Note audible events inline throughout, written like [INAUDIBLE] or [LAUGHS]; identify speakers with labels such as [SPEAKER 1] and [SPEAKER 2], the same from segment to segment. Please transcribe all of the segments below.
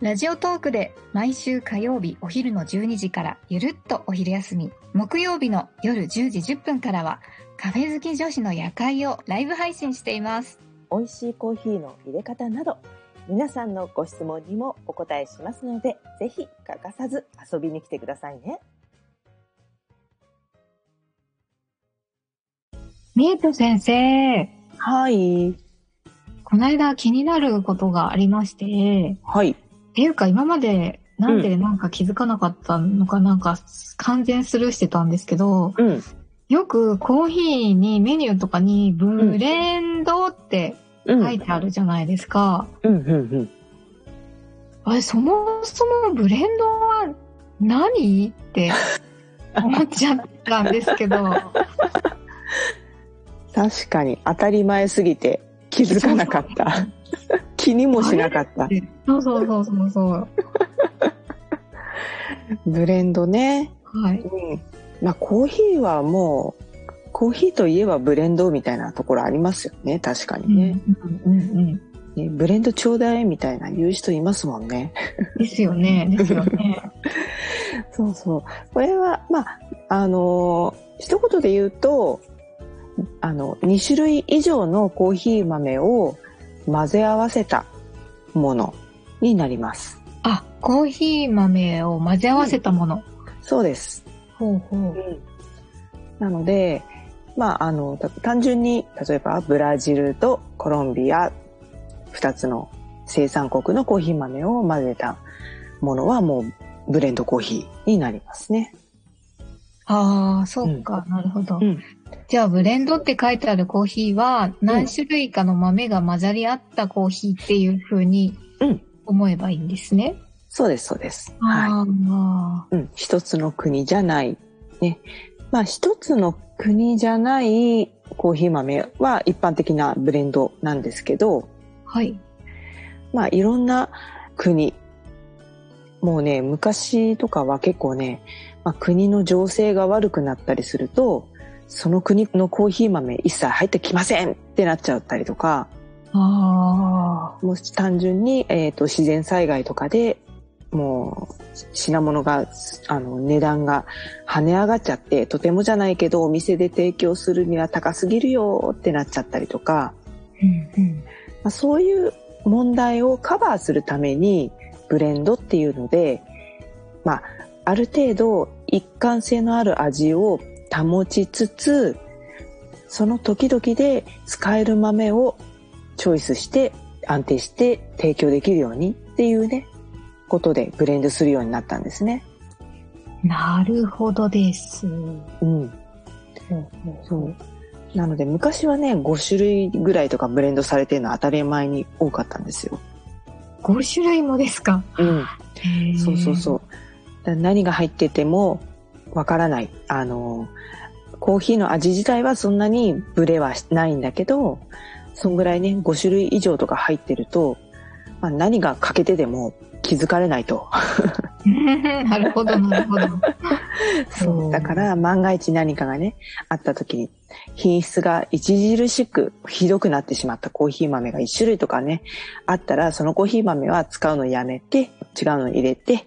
[SPEAKER 1] ラジオトークで毎週火曜日お昼の12時からゆるっとお昼休み、木曜日の夜10時10分からは、カフェ好き女子の夜会をライブ配信しています。
[SPEAKER 2] 美味しいコーヒーの入れ方など皆さんのご質問にもお答えしますのでぜひ欠かさず遊びに来てくださいね。
[SPEAKER 1] ミート先生、
[SPEAKER 2] はい。
[SPEAKER 1] この間気になることがありまして、
[SPEAKER 2] はい。
[SPEAKER 1] っていうか今までなんでなんか気づかなかったのかなんか完全スルーしてたんですけど、
[SPEAKER 2] うん。
[SPEAKER 1] よくコーヒーにメニューとかにブレンドって
[SPEAKER 2] う
[SPEAKER 1] 書いてあるじゃないですか。
[SPEAKER 2] うんうんうん。
[SPEAKER 1] あれ、そもそもブレンドは何
[SPEAKER 2] [LAUGHS]
[SPEAKER 1] って思っちゃったんですけど、
[SPEAKER 2] 確かに当たり前すぎて気づかなかった。気にもしなかった。
[SPEAKER 1] そうそうそうそうそう。
[SPEAKER 2] ブレンドね。
[SPEAKER 1] はい。
[SPEAKER 2] うん。まあコーヒーはもう、コーヒーといえばブレンドみたいなところありますよね。確か
[SPEAKER 1] うん
[SPEAKER 2] にね。
[SPEAKER 1] うんうんうん。
[SPEAKER 2] ねブレンドちょうだいみたいな言う人いますもんね。
[SPEAKER 1] ですよね。ですよね。
[SPEAKER 2] そうそう。これは、まあ、あのー一言で言うと、あの、2種類以上のコーヒー豆を混ぜ合わせたものになります。
[SPEAKER 1] あ、コーヒー豆を混ぜ合わせたもの。
[SPEAKER 2] そうです。
[SPEAKER 1] ほうほう。
[SPEAKER 2] なので、まあ、あの、た単純に、例えばブラジルとコロンビア、二つの生産国のコーヒー豆を混ぜたものはもうブレンドコーヒーになりますね。
[SPEAKER 1] ああ、そうか、なるほど、
[SPEAKER 2] うん
[SPEAKER 1] じゃあ、ブレンドって書いてあるコーヒーは、何種類かの豆が混ざり合ったコーヒーっていう風に
[SPEAKER 2] うん
[SPEAKER 1] 思えばいいんですね。
[SPEAKER 2] そうです、そうです。は
[SPEAKER 1] ああ、
[SPEAKER 2] い。うん。一つの国じゃない。ね。まあ、一つの国じゃないコーヒー豆は一般的なブレンドなんですけど、
[SPEAKER 1] はい。
[SPEAKER 2] まあいろんな国。もうね、昔とかは結構ね、まあ、国の情勢が悪くなったりすると、その国のコーヒー豆一切入ってきませんってなっちゃったりとか、
[SPEAKER 1] ああ、
[SPEAKER 2] もし単純に、えーと自然災害とかでもう品物が、あの値段が跳ね上がっちゃって、とてもじゃないけどお店で提供するには高すぎるよってなっちゃったりとか、
[SPEAKER 1] うんうん。
[SPEAKER 2] まあ、そういう問題をカバーするためにブレンドっていうので、まあ、ある程度一貫性のある味を保ちつつその時々で使える豆をチョイスして安定して提供できるようにっていうねことでブレンドするようになったんですね。
[SPEAKER 1] なるほどです。
[SPEAKER 2] うん、そうなので昔はね5種類ぐらいとかブレンドされてるのは当たり前に多かったんですよ。
[SPEAKER 1] 5種類もですか。
[SPEAKER 2] うん
[SPEAKER 1] へー
[SPEAKER 2] そうそうそう。だ何が入っててもわからない。あの、コーヒーの味自体はそんなにブレはないんだけど、そんぐらいね、5種類以上とか入ってると、まあ、何が欠けてでも気づかれないと。
[SPEAKER 1] なるほど、なるほど。
[SPEAKER 2] そう。だから、万が一何かがね、あった時に、品質が著しくひどくなってしまったコーヒー豆が1種類とかね、あったら、そのコーヒー豆は使うのやめて、違うの入れて、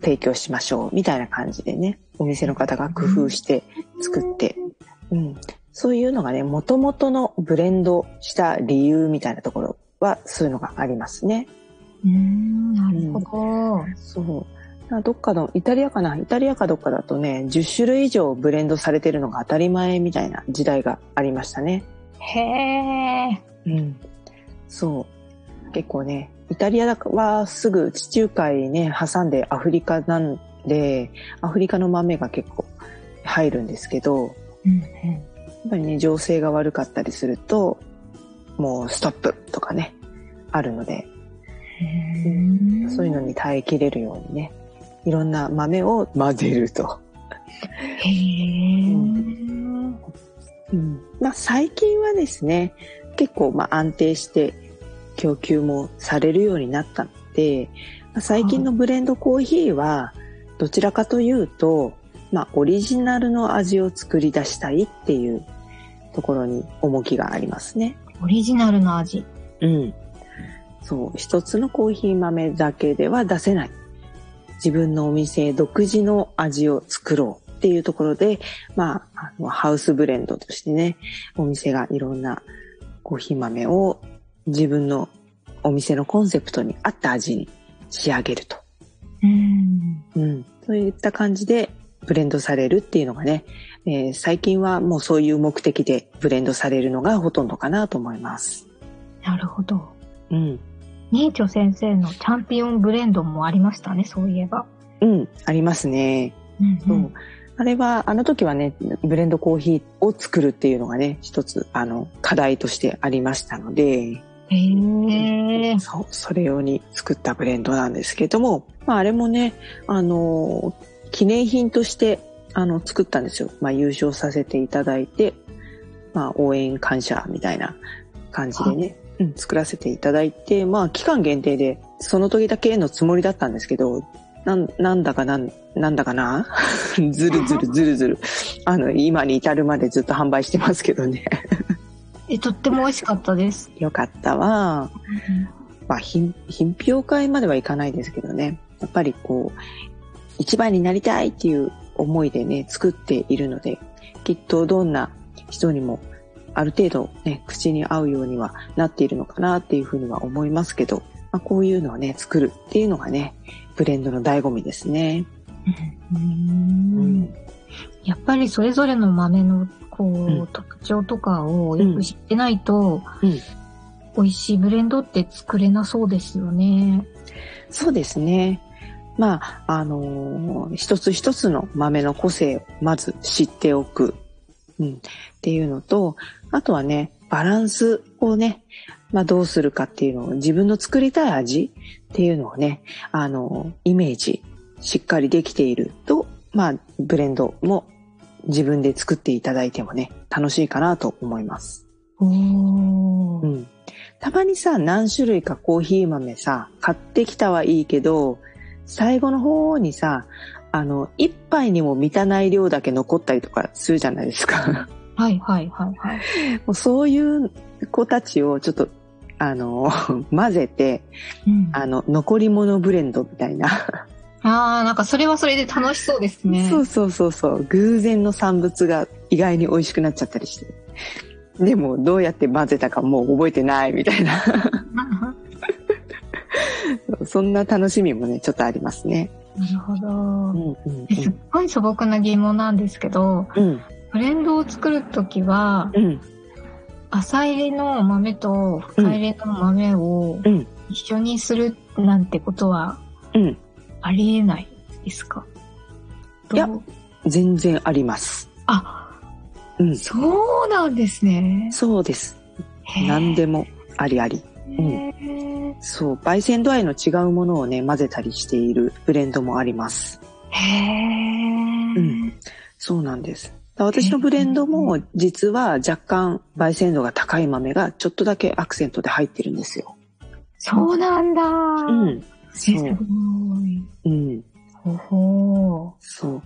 [SPEAKER 2] 提供しましょう、みたいな感じでね、お店の方が工夫して作って、うん。そういうのがね、元々のブレンドした理由みたいなところは、そういうのがありますね。
[SPEAKER 1] うーん、なるほど。
[SPEAKER 2] そう。あどっかの、イタリアかなイタリアかどっかだとね、10種類以上ブレンドされてるのが当たり前みたいな時代がありましたね。
[SPEAKER 1] へえ。
[SPEAKER 2] うん。そう。結構ね、イタリアはすぐ地中海ね、挟んでアフリカなんで、アフリカの豆が結構入るんですけど、
[SPEAKER 1] うんうん
[SPEAKER 2] やっぱりね、情勢が悪かったりすると、もうストップとかね、あるので、そういうのに耐えきれるようにね、いろんな豆を混ぜると。
[SPEAKER 1] へえ、
[SPEAKER 2] ううんまあ、最近はですね結構まあ安定して供給もされるようになったので、まあ最近のブレンドコーヒーはどちらかというと、まあ、オリジナルの味を作り出したいっていうところに重きがありますね。
[SPEAKER 1] オリジナルの味。
[SPEAKER 2] うん。そう、一つのコーヒー豆だけでは出せない。自分のお店独自の味を作ろうっていうところで、まあ、あのハウスブレンドとしてね、お店がいろんなコーヒー豆を自分のお店のコンセプトに合った味に仕上げると。
[SPEAKER 1] うん。
[SPEAKER 2] うん。そういった感じでブレンドされるっていうのがね、えー最近はもうそういう目的でブレンドされるのがほとんどかなと思います。
[SPEAKER 1] なるほど。
[SPEAKER 2] うん。
[SPEAKER 1] ニーチョ先生のチャンピオンブレンドもありましたね、そういえば。
[SPEAKER 2] うん、ありますね。
[SPEAKER 1] うん、
[SPEAKER 2] そう。あれは、あの時はね、ブレンドコーヒーを作るっていうのがね、一つ、あの、課題としてありましたので、
[SPEAKER 1] へえー。
[SPEAKER 2] そう、それ用に作ったブレンドなんですけれども、まあ、あれもね、あの、記念品として、あの、作ったんですよ。まあ、優勝させていただいて、まあ、応援感謝みたいな感じでね、うん、作らせていただいて、まあ、期間限定で、その時だけのつもりだったんですけど、なん、なんだかなん、なんだかな [LAUGHS] ずるずるずるずる。あの、今に至るまでずっと販売してますけどね。
[SPEAKER 1] え、とっても美味しかったです。
[SPEAKER 2] よかったわ。まあ、品品評会まではいかないですけどね。やっぱりこう、一番になりたいっていう思いでね、作っているので、きっとどんな人にも、ある程度ね、口に合うようにはなっているのかなっていうふうには思いますけど、まあ、こういうのをね、作るっていうのがね、ブレンドの醍醐味ですね。
[SPEAKER 1] うんうんやっぱりそれぞれの豆のこう、
[SPEAKER 2] うん
[SPEAKER 1] 特徴とかをよく知ってないと、
[SPEAKER 2] うん
[SPEAKER 1] 美味しいブレンドって作れなそうですよね。
[SPEAKER 2] そうですね。まあ、あのー一つ一つの豆の個性をまず知っておく、うん、っていうのと、あとはね、バランスをね、まあどうするかっていうのを自分の作りたい味っていうのをね、あのーイメージしっかりできていると、まあブレンドも自分で作っていただいてもね、楽しいかなと思います。
[SPEAKER 1] おー
[SPEAKER 2] うん。たまにさ、何種類かコーヒー豆さ、買ってきたはいいけど、最後の方にさ、あの、一杯にも満たない量だけ残ったりとかするじゃないですか。 [LAUGHS]
[SPEAKER 1] はいはいはいはい。
[SPEAKER 2] もうそういう子たちをちょっと、あの、 [LAUGHS] 混ぜて、
[SPEAKER 1] うん、
[SPEAKER 2] あの、残り物ブレンドみたいな。
[SPEAKER 1] あーなんかそれはそれで楽しそうですね。
[SPEAKER 2] [LAUGHS] そうそうそうそう。偶然の産物が意外に美味しくなっちゃったりして。でも、どうやって混ぜたかもう覚えてないみたいな。 [LAUGHS]
[SPEAKER 1] な
[SPEAKER 2] そんな楽しみもね、ちょっとありますね。
[SPEAKER 1] るほど。
[SPEAKER 2] んうん
[SPEAKER 1] えすっごい素朴な疑問なんですけど、
[SPEAKER 2] うん。
[SPEAKER 1] ブレンドを作るときは、
[SPEAKER 2] うん。
[SPEAKER 1] 浅入りの豆と深入りの豆を
[SPEAKER 2] うん
[SPEAKER 1] 一緒にするなんてことは
[SPEAKER 2] うん。
[SPEAKER 1] ありえないですか、
[SPEAKER 2] いや
[SPEAKER 1] どう
[SPEAKER 2] 全然あります。
[SPEAKER 1] あ、
[SPEAKER 2] うん。
[SPEAKER 1] そうなんですね。
[SPEAKER 2] そうです。何でもありあり。
[SPEAKER 1] も。へ
[SPEAKER 2] そう。焙煎度合いの違うものをね、混ぜたりしているブレンドもあります。
[SPEAKER 1] え。
[SPEAKER 2] うんそうなんです。私のブレンドも実は若干焙煎度が高い豆がちょっとだけアクセントで入ってるんですよ。
[SPEAKER 1] そうなんだ。
[SPEAKER 2] う
[SPEAKER 1] うん。
[SPEAKER 2] ん。
[SPEAKER 1] す
[SPEAKER 2] そ
[SPEAKER 1] ご
[SPEAKER 2] う。
[SPEAKER 1] い。
[SPEAKER 2] うん。
[SPEAKER 1] ほほ
[SPEAKER 2] そう。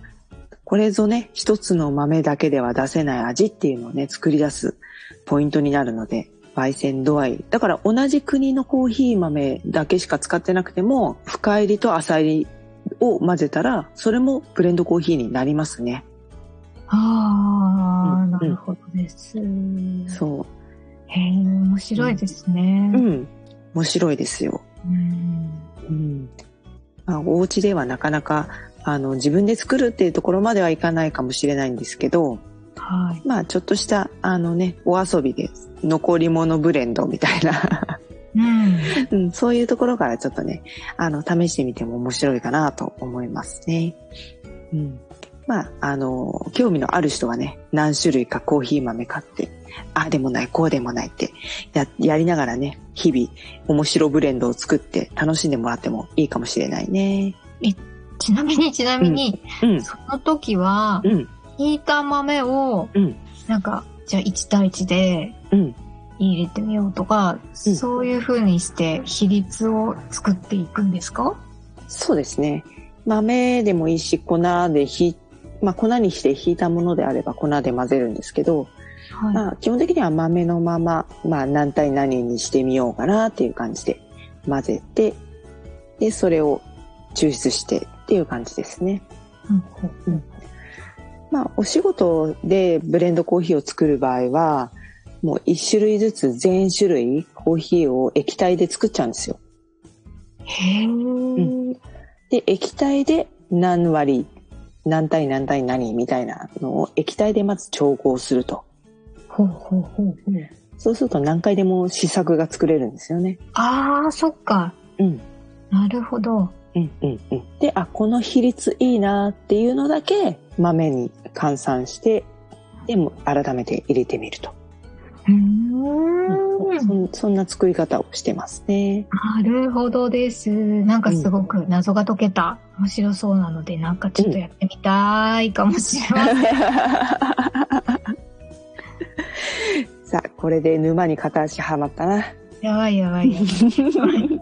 [SPEAKER 2] これぞね、一つの豆だけでは出せない味っていうのをね、作り出すポイントになるので、焙煎度合い。だから同じ国のコーヒー豆だけしか使ってなくても、深入りと浅入りを混ぜたら、それもブレンドコーヒーになりますね。
[SPEAKER 1] ああ、
[SPEAKER 2] うん
[SPEAKER 1] なるほどです。
[SPEAKER 2] そ
[SPEAKER 1] へえ、面白いですね
[SPEAKER 2] う。う。ん。面白いですよ。
[SPEAKER 1] うん
[SPEAKER 2] うん。まあ、お家ではなかなか、あの、自分で作るっていうところまではいかないかもしれないんですけど、
[SPEAKER 1] はい。
[SPEAKER 2] まあちょっとしたあのね、お遊びで残り物ブレンドみたい [LAUGHS] な、
[SPEAKER 1] うん。
[SPEAKER 2] うん、そういうところからちょっとね、あの試してみても面白いかなと思いますね。うん、まああの、興味のある人はね、何種類かコーヒー豆買って、ああでもない、こうでもないってや、やりながらね、日々面白ブレンドを作って楽しんでもらってもいいかもしれないね。
[SPEAKER 1] ちなみに、ちなみに、
[SPEAKER 2] うん、
[SPEAKER 1] その時は
[SPEAKER 2] う、ん、
[SPEAKER 1] ひいた豆を
[SPEAKER 2] うん、
[SPEAKER 1] なんか、
[SPEAKER 3] じゃあ1対1で
[SPEAKER 2] うん。
[SPEAKER 3] 入れてみようとか、
[SPEAKER 2] うん
[SPEAKER 3] そういう風にして比率を作っていくんですか
[SPEAKER 2] そうですね。豆でもいいし、粉でひ、まあ、粉にしてひいたものであれば粉で混ぜるんですけど、
[SPEAKER 3] はい。
[SPEAKER 2] まあ、基本的には豆のまま、まあ、何対何にしてみようかなっていう感じで混ぜて、で、それを抽出してっていう感じですね。
[SPEAKER 3] うん
[SPEAKER 2] まあ、お仕事でブレンドコーヒーを作る場合は、もう一種類ずつ全種類コーヒーを液体で作っちゃうんですよ。
[SPEAKER 3] へー。
[SPEAKER 2] で、液体で何割、何対何対何みたいなのを液体でまず調合すると。
[SPEAKER 3] ほうほうほうほう。
[SPEAKER 2] そうすると何回でも試作が作れるんですよね。
[SPEAKER 3] あー、そっか。
[SPEAKER 2] うん。
[SPEAKER 3] なるほど。
[SPEAKER 2] うんうんうん。で、あ、この比率いいなっていうのだけ豆に換算して、でも改めて入れてみると。
[SPEAKER 3] うーん。
[SPEAKER 2] うんそんそんな作り方をしてますね。
[SPEAKER 3] なるほどです。なんかすごく謎が解けた。面白そうなので、なんかちょっとやってみたいかもしれません。
[SPEAKER 2] さあ、これで沼に片足はまったな。
[SPEAKER 3] やばいやばいやば
[SPEAKER 1] [LAUGHS]
[SPEAKER 3] い。
[SPEAKER 4] [LAUGHS]